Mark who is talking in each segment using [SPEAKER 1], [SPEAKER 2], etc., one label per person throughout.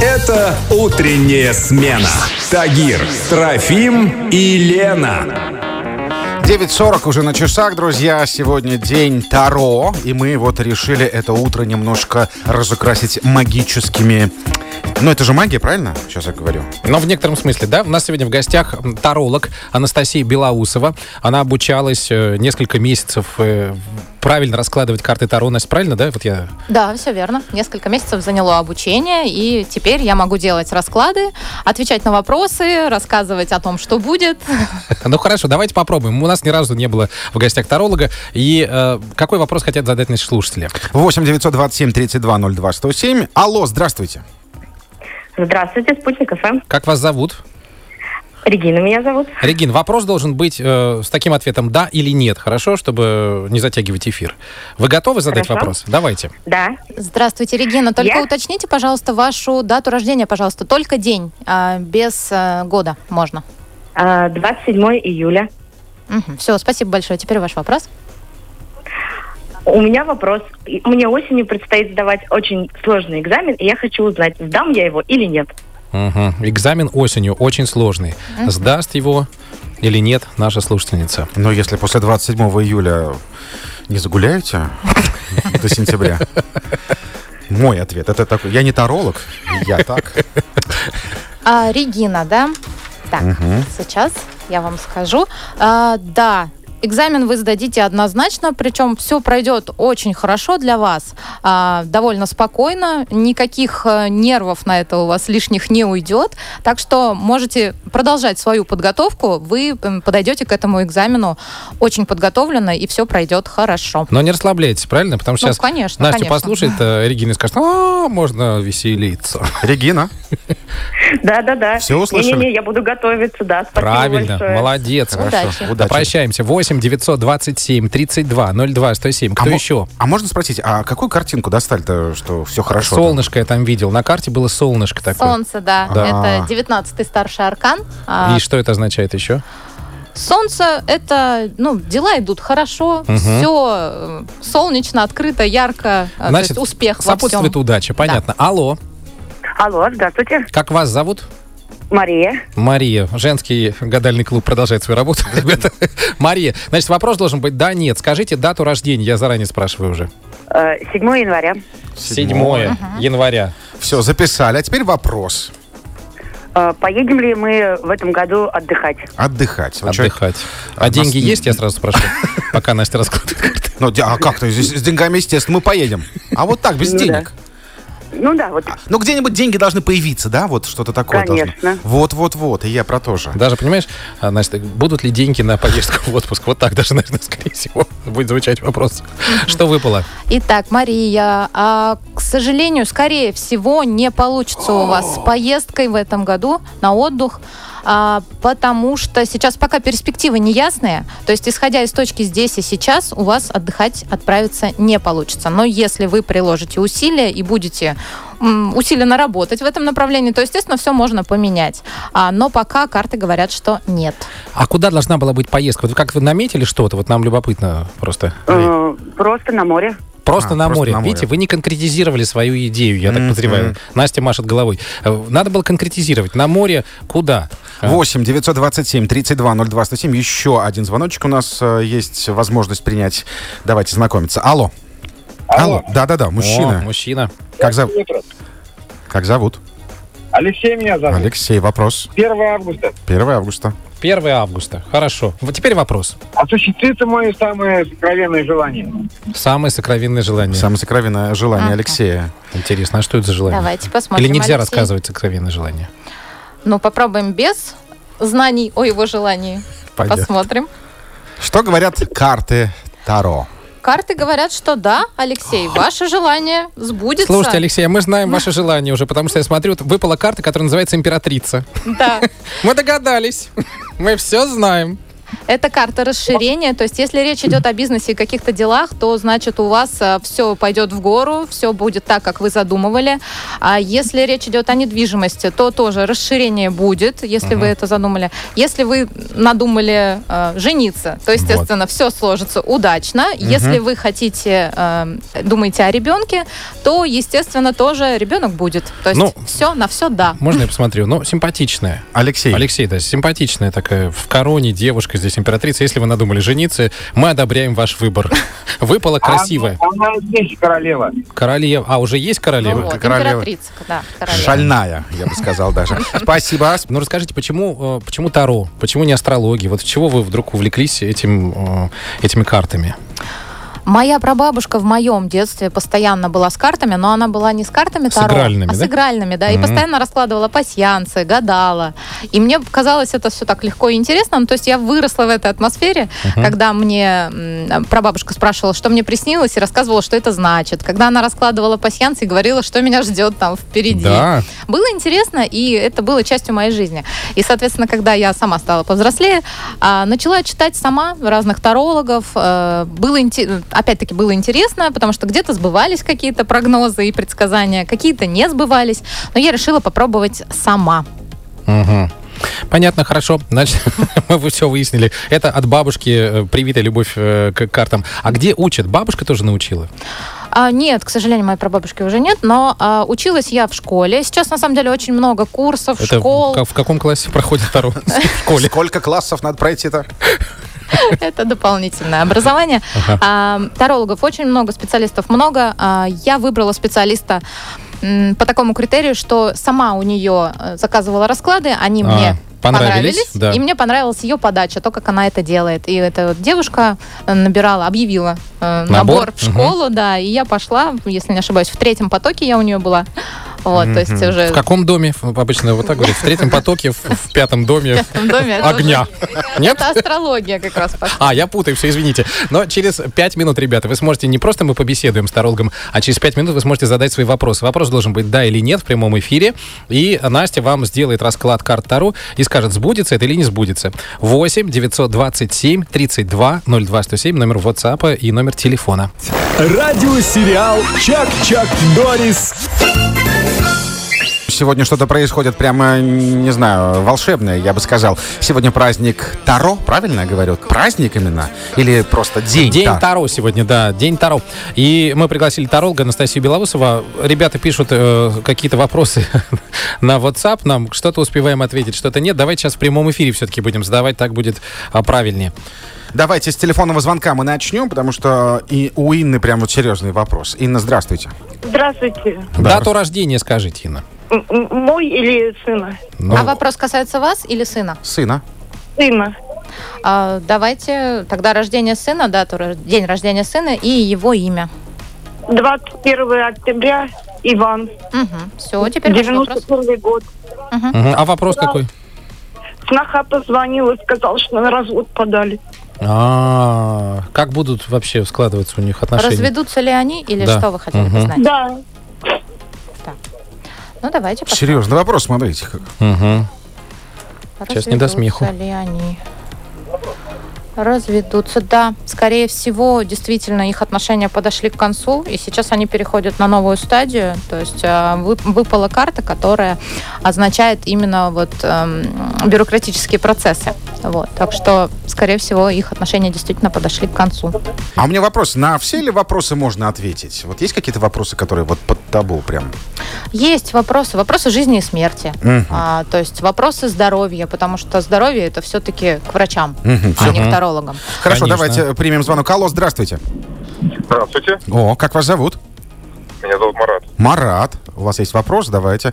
[SPEAKER 1] Это «Утренняя смена». Тагир, Трофим и Лена.
[SPEAKER 2] 9.40 уже на часах, друзья. Сегодня день Таро, и мы вот решили это утро немножко разукрасить магическими... Ну, это же магия, правильно? Сейчас я говорю.
[SPEAKER 3] Но в некотором смысле, да. У нас сегодня в гостях м, таролог Анастасия Белоусова. Она обучалась э, несколько месяцев э, правильно раскладывать карты Таро. Настя, правильно, да? Вот я...
[SPEAKER 4] Да, все верно. Несколько месяцев заняло обучение, и теперь я могу делать расклады, отвечать на вопросы, рассказывать о том, что будет.
[SPEAKER 3] Ну хорошо, давайте попробуем. У нас ни разу не было в гостях таролога. И э, какой вопрос хотят задать наши слушатели?
[SPEAKER 2] 8 927 32 02 107. Алло, здравствуйте.
[SPEAKER 5] Здравствуйте, Спутник ФМ.
[SPEAKER 3] Как вас зовут?
[SPEAKER 5] Регина меня зовут.
[SPEAKER 3] Регин, вопрос должен быть э, с таким ответом «да» или «нет», хорошо, чтобы не затягивать эфир. Вы готовы задать
[SPEAKER 5] Хорошо.
[SPEAKER 3] вопрос? Давайте.
[SPEAKER 5] Да.
[SPEAKER 4] Здравствуйте, Регина. Только
[SPEAKER 5] Я?
[SPEAKER 4] уточните, пожалуйста, вашу дату рождения, пожалуйста. Только день, а, без э, года можно.
[SPEAKER 5] А, 27 июля.
[SPEAKER 4] Все, спасибо большое. Теперь ваш вопрос.
[SPEAKER 5] У меня вопрос. И Мне осенью предстоит сдавать очень сложный экзамен, и я хочу узнать, сдам я его или нет.
[SPEAKER 3] Мгм. Экзамен осенью очень сложный. Сдаст его или нет наша слушательница?
[SPEAKER 2] Но если после 27 июля не загуляете до сентября... Мой ответ. Это такой. Я не таролог, я так.
[SPEAKER 4] А, Регина, да? Так, сейчас я вам скажу. А, да, экзамен вы сдадите однозначно, причем все пройдет очень хорошо для вас, а, довольно спокойно, никаких э, нервов на это у вас лишних не уйдет, так что можете продолжать свою подготовку, вы м, подойдете к этому экзамену очень подготовленно, и все пройдет хорошо.
[SPEAKER 3] Но не расслабляйтесь, правильно? Потому что
[SPEAKER 4] Ну,
[SPEAKER 3] сейчас
[SPEAKER 4] конечно,
[SPEAKER 3] Настя
[SPEAKER 4] конечно.
[SPEAKER 3] послушает э, Регина и скажет, а можно веселиться.
[SPEAKER 2] Регина,
[SPEAKER 5] Да, да, да.
[SPEAKER 2] Всё услышали?
[SPEAKER 5] Не-не-не, я буду готовиться, да. Спасибо
[SPEAKER 3] Правильно,
[SPEAKER 5] большое.
[SPEAKER 3] молодец.
[SPEAKER 4] Удачи.
[SPEAKER 2] хорошо,
[SPEAKER 3] Да,
[SPEAKER 2] удачи.
[SPEAKER 3] Прощаемся. 8 927 32 02 107. Кто
[SPEAKER 2] мо-
[SPEAKER 3] еще?
[SPEAKER 2] А можно спросить, а какую картинку достали-то, что все хорошо? там?
[SPEAKER 3] Солнышко я там видел. На карте было солнышко такое.
[SPEAKER 4] Солнце, да,
[SPEAKER 2] А.
[SPEAKER 4] это 19-й старший аркан. А,
[SPEAKER 3] И что это означает еще?
[SPEAKER 4] Солнце это, ну, дела идут хорошо, все солнечно, открыто, ярко, э, то есть успех во всем.
[SPEAKER 3] сопутствует удача, понятно. Алло,
[SPEAKER 5] Алло, здравствуйте.
[SPEAKER 3] как вас зовут?
[SPEAKER 5] Мария.
[SPEAKER 3] Мария. Женский гадальный клуб продолжает свою работу, ребята. Мария, значит, вопрос должен быть «да», «нет». Скажите дату рождения, я заранее спрашиваю уже.
[SPEAKER 5] Э, 7 января.
[SPEAKER 2] Седьмое.
[SPEAKER 3] января.
[SPEAKER 2] Все, записали. А теперь вопрос.
[SPEAKER 5] Э, Поедем ли мы в этом году отдыхать?
[SPEAKER 2] Отдыхать. Вот человек-
[SPEAKER 3] Отдыхать. А
[SPEAKER 2] нас
[SPEAKER 3] деньги
[SPEAKER 2] не-
[SPEAKER 3] есть, я сразу спрошу, пока Настя раскладывает карты.
[SPEAKER 2] Ну, де- а как то Здесь С деньгами, естественно, мы поедем. А вот так, без
[SPEAKER 5] Ну да.
[SPEAKER 2] денег.
[SPEAKER 5] Ну да, вот.
[SPEAKER 2] Ну, где-нибудь деньги должны появиться, да? Вот что-то такое должно.
[SPEAKER 5] Конечно.
[SPEAKER 2] Вот-вот-вот, и я про то же.
[SPEAKER 3] Даже, понимаешь, а, Настя, будут ли деньги на поездку в отпуск? Вот так даже, наверное, скорее всего, будет звучать вопрос. Что выпало?
[SPEAKER 4] Итак, Мария, а, к сожалению, скорее всего, не получится у вас с поездкой в этом году на отдых, а, потому что сейчас пока перспективы неясные, то есть, исходя из точки здесь и сейчас, у вас отдыхать отправиться не получится. Но если вы приложите усилия и будете м, усиленно работать в этом направлении, то, естественно, все можно поменять. А, но пока карты говорят, что нет.
[SPEAKER 3] А куда должна была быть поездка? Вот как вы наметили что-то? Вот нам любопытно просто.
[SPEAKER 5] э, Просто на море.
[SPEAKER 3] Просто
[SPEAKER 2] А,
[SPEAKER 3] на
[SPEAKER 2] просто
[SPEAKER 3] море.
[SPEAKER 2] на море.
[SPEAKER 3] Видите, вы не конкретизировали свою идею, я так
[SPEAKER 2] Мгм.
[SPEAKER 3] подозреваю. Настя машет головой. Э, Надо было конкретизировать. На море куда? А.
[SPEAKER 2] 8 927 32 02 107. Еще один звоночек у нас э, есть возможность принять. Давайте знакомиться. Алло. Алло. Да-да-да,
[SPEAKER 3] О,
[SPEAKER 2] мужчина.
[SPEAKER 3] мужчина.
[SPEAKER 2] Как, зов-
[SPEAKER 6] Утро.
[SPEAKER 2] как зовут?
[SPEAKER 6] Алексей меня зовут.
[SPEAKER 2] Алексей, вопрос.
[SPEAKER 6] 1 августа.
[SPEAKER 2] 1 августа.
[SPEAKER 3] 1 августа. Хорошо. Вот теперь вопрос.
[SPEAKER 6] Осуществится мое самое сокровенное желание.
[SPEAKER 3] Самое сокровенное желание.
[SPEAKER 2] Самое сокровенное желание
[SPEAKER 4] Ага.
[SPEAKER 2] Алексея.
[SPEAKER 3] Интересно, а что это за желание?
[SPEAKER 4] Давайте посмотрим.
[SPEAKER 3] Или нельзя
[SPEAKER 4] Алексей.
[SPEAKER 3] рассказывать сокровенное желание?
[SPEAKER 4] Ну, попробуем без знаний о его желании.
[SPEAKER 2] Понятно.
[SPEAKER 4] Посмотрим.
[SPEAKER 2] Что говорят карты Таро?
[SPEAKER 4] Карты говорят, что да, Алексей, ваше желание сбудется.
[SPEAKER 3] Слушайте, Алексей, а мы знаем ваше желание уже, потому что я смотрю, вот выпала карта, которая называется «Императрица».
[SPEAKER 4] Да.
[SPEAKER 3] Мы догадались. Мы все знаем.
[SPEAKER 4] Это карта расширения. То есть, если речь идет о бизнесе и каких-то делах, то значит у вас все пойдет в гору, все будет так, как вы задумывали. А если речь идет о недвижимости, то тоже расширение будет, если вы это задумали. Если вы надумали э, жениться, то, естественно, все сложится удачно. Если вы хотите, э, думаете о ребенке, то, естественно, тоже ребенок будет. То есть,
[SPEAKER 3] Ну.
[SPEAKER 4] все на все да.
[SPEAKER 3] Можно я посмотрю? Ну, симпатичная.
[SPEAKER 2] Алексей.
[SPEAKER 3] Алексей, да, симпатичная такая, в короне девушка, здесь императрица. Если вы надумали жениться, мы одобряем ваш выбор. Выпала красивая.
[SPEAKER 6] Она, она здесь королева.
[SPEAKER 3] Королева. А, уже есть
[SPEAKER 4] Ну
[SPEAKER 3] королева?
[SPEAKER 4] вот,
[SPEAKER 2] королева.
[SPEAKER 4] императрица, да, королева.
[SPEAKER 2] Шальная, я бы сказал даже. Спасибо.
[SPEAKER 3] Ну расскажите, почему, э, почему Таро, почему не астрология? Вот чего вы вдруг увлеклись этим, э, этими картами?
[SPEAKER 4] Моя прабабушка в моем детстве постоянно была с картами, но она была не с картами
[SPEAKER 3] С
[SPEAKER 4] Таро,
[SPEAKER 3] игральными,
[SPEAKER 4] а с
[SPEAKER 3] да?
[SPEAKER 4] игральными, да, и
[SPEAKER 3] Мгм.
[SPEAKER 4] постоянно раскладывала пасьянцы, гадала. И мне казалось это все так легко и интересно. Ну, то есть я выросла в этой атмосфере, когда мне м, прабабушка спрашивала, что мне приснилось, и рассказывала, что это значит. Когда она раскладывала пасьянцы и говорила, что меня ждет там впереди.
[SPEAKER 3] Да.
[SPEAKER 4] Было интересно, и это было частью моей жизни. И, соответственно, когда я сама стала повзрослее, а, начала читать сама разных тарологов. э, Было, инте- опять-таки, было интересно, потому что где-то сбывались какие-то прогнозы и предсказания, какие-то не сбывались. Но я решила попробовать сама.
[SPEAKER 3] Мгм. Понятно, хорошо. Значит, мы все выяснили. Это от бабушки э, привитая любовь э, к картам. А где учат? Бабушка тоже научила.
[SPEAKER 4] А, нет, к сожалению, моей прабабушки уже нет, но а, училась я в школе. Сейчас, на самом деле, очень много курсов,
[SPEAKER 3] Это в
[SPEAKER 4] школ.
[SPEAKER 3] ка- в каком классе проходит Таро? В школе.
[SPEAKER 2] Сколько классов надо пройти-то?
[SPEAKER 4] Это дополнительное образование. А, Тарологов очень много, специалистов много. А, Я выбрала специалиста м, по такому критерию, что сама у нее э, заказывала расклады, они
[SPEAKER 3] А,
[SPEAKER 4] мне
[SPEAKER 3] понравились,
[SPEAKER 4] понравились,
[SPEAKER 3] да.
[SPEAKER 4] и мне понравилась ее подача, то, как она это делает. И эта вот девушка э, набирала, объявила э,
[SPEAKER 3] Набор,
[SPEAKER 4] набор, в школу, да, и я пошла, если не ошибаюсь, в третьем потоке я у нее была. Вот, то есть уже
[SPEAKER 3] В каком доме? Обычно вот так говорят. В третьем потоке, в- в пятом доме.
[SPEAKER 4] в доме. а это
[SPEAKER 3] Огня.
[SPEAKER 4] уже-
[SPEAKER 3] Нет?
[SPEAKER 4] Это астрология как раз пошла.
[SPEAKER 3] А, я путаю, все, извините. Но через пять минут, ребята, вы сможете не просто мы побеседуем с тарологом, а через пять минут вы сможете задать свои вопросы. Вопрос должен быть да или нет в прямом эфире. И Настя вам сделает расклад карт Таро и скажет, сбудется это или не сбудется. 8 927 32 02 107, номер WhatsApp и номер телефона.
[SPEAKER 1] Радиосериал «Чак-Чак Дорис».
[SPEAKER 2] Сегодня что-то происходит прямо, не знаю, волшебное, я бы сказал. Сегодня праздник Таро, правильно я говорю? Праздник именно? Или просто день,
[SPEAKER 3] День
[SPEAKER 2] Таро?
[SPEAKER 3] Таро сегодня, да, День Таро. И мы пригласили таролога Анастасию Белоусова. Ребята пишут э, какие-то вопросы на WhatsApp нам. Что-то успеваем ответить, что-то нет. Давайте сейчас в прямом эфире все-таки будем задавать, так будет а, правильнее.
[SPEAKER 2] Давайте с телефонного звонка мы начнем, потому что и у Инны прям вот серьезный вопрос. Инна, здравствуйте.
[SPEAKER 5] Здравствуйте.
[SPEAKER 3] Дату рождения скажите, Инна.
[SPEAKER 5] М- м- Мой или сына?
[SPEAKER 3] Ну,
[SPEAKER 4] А вопрос касается вас или сына?
[SPEAKER 2] Сына.
[SPEAKER 5] Сына.
[SPEAKER 4] А, давайте тогда рождение сына, дату, рож- день рождения сына и его имя.
[SPEAKER 5] 21 октября. Иван.
[SPEAKER 4] Все, теперь ваш вопрос.
[SPEAKER 5] 91 год.
[SPEAKER 3] мгм. А вопрос какой?
[SPEAKER 5] Сноха позвонила, сказал, что на развод подали.
[SPEAKER 3] А, как будут вообще складываться у них отношения?
[SPEAKER 4] Разведутся ли они или
[SPEAKER 3] Да.
[SPEAKER 4] что вы хотели бы
[SPEAKER 3] Мгм.
[SPEAKER 4] знать?
[SPEAKER 5] Да.
[SPEAKER 4] Ну, давайте пос-
[SPEAKER 2] Серьезный вопрос, смотрите. как.
[SPEAKER 3] Мгм. сейчас не до
[SPEAKER 4] разведутся
[SPEAKER 3] смеху.
[SPEAKER 4] ли они? Разведутся, да. Скорее всего, действительно, их отношения подошли к концу, и сейчас они переходят на новую стадию. То есть э, вы- выпала карта, которая означает именно вот эм, бюрократические процессы. Вот. Так что, скорее всего, их отношения действительно подошли к концу.
[SPEAKER 2] А у меня вопрос, на все ли вопросы можно ответить? Вот есть какие-то вопросы, которые вот под табу прям?
[SPEAKER 4] Есть вопросы, вопросы жизни и смерти. А, то есть вопросы здоровья, потому что здоровье это все-таки к врачам, а не к тарологам.
[SPEAKER 2] Хорошо,
[SPEAKER 3] Конечно.
[SPEAKER 2] давайте примем звонок. Алло, здравствуйте.
[SPEAKER 6] Здравствуйте,
[SPEAKER 2] О, как вас зовут?
[SPEAKER 6] меня зовут Марат.
[SPEAKER 2] Марат. У вас есть вопрос, давайте.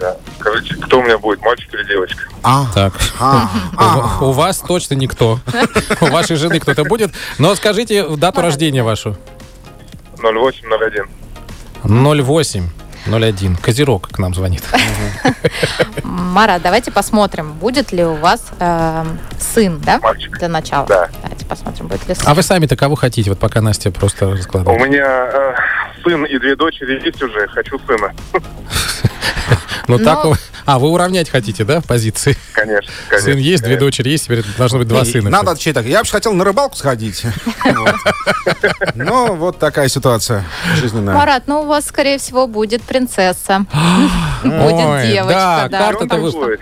[SPEAKER 6] Да. Скажите, кто у меня будет, мальчик или девочка?
[SPEAKER 2] А,
[SPEAKER 3] Так.
[SPEAKER 2] а, а.
[SPEAKER 3] У, у вас точно никто. У вашей жены кто-то будет. Но скажите дату рождения вашу.
[SPEAKER 6] 0801.
[SPEAKER 3] 08. 01. Козерог к нам звонит.
[SPEAKER 4] Мара, давайте посмотрим, будет ли у вас эм, сын, да?
[SPEAKER 6] Мальчик.
[SPEAKER 4] Для начала.
[SPEAKER 6] Да.
[SPEAKER 4] Давайте посмотрим, будет ли сын.
[SPEAKER 3] А вы сами-то кого хотите? Вот пока Настя просто
[SPEAKER 6] У
[SPEAKER 3] раскладывает.
[SPEAKER 6] меня э, сын и две дочери есть уже, хочу сына.
[SPEAKER 3] Ну, так
[SPEAKER 4] Ну,
[SPEAKER 3] у- А, вы уравнять хотите, да, позиции?
[SPEAKER 6] Конечно, конечно.
[SPEAKER 3] Сын есть, две
[SPEAKER 6] конечно.
[SPEAKER 3] дочери есть, теперь должно быть два
[SPEAKER 2] И-
[SPEAKER 3] сына.
[SPEAKER 2] Надо отвечать так. Я вообще хотел на рыбалку сходить. Вот. Но вот такая ситуация жизненная.
[SPEAKER 4] Марат, ну у вас, скорее всего, будет принцесса.
[SPEAKER 3] Ой,
[SPEAKER 4] Будет девочка,
[SPEAKER 3] да,
[SPEAKER 4] да.
[SPEAKER 3] карта-то
[SPEAKER 4] потому
[SPEAKER 3] вы-
[SPEAKER 4] что-
[SPEAKER 6] Будет.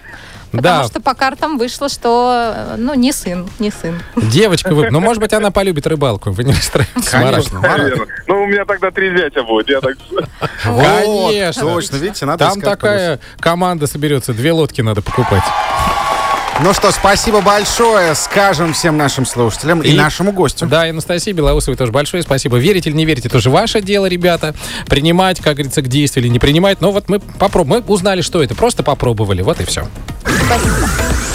[SPEAKER 3] Да,
[SPEAKER 4] Потому что по картам вышло, что, э, ну, не сын, не сын.
[SPEAKER 3] девочка вы... Ну, может быть, она полюбит рыбалку. Вы не расстраивайтесь, Марат.
[SPEAKER 2] Конечно. Марат.
[SPEAKER 6] Наверное. Ну, у меня тогда три зятя будет. Я так...
[SPEAKER 2] Вот,
[SPEAKER 3] Конечно.
[SPEAKER 2] Точно, видите, надо
[SPEAKER 3] Там
[SPEAKER 2] искать
[SPEAKER 3] такая команда соберется, две лодки надо покупать.
[SPEAKER 2] плюсы. Ну что, спасибо большое. Скажем всем нашим слушателям и,
[SPEAKER 3] И-
[SPEAKER 2] нашему гостю.
[SPEAKER 3] Да, и Анастасии Белоусовой тоже большое спасибо. Верить или не верить, это же ваше дело, ребята. Принимать, как говорится, к действию или не принимать. Но вот мы попробуем. Мы узнали, что это. Просто попробовали. Вот и все.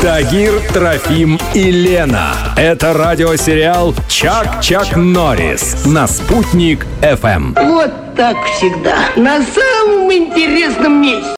[SPEAKER 1] Тагир, Трофим и Лена. Это радиосериал «Чак-Чак Норрис» на «Спутник Эм». ФМ».
[SPEAKER 7] Вот так всегда. На самом интересном месте.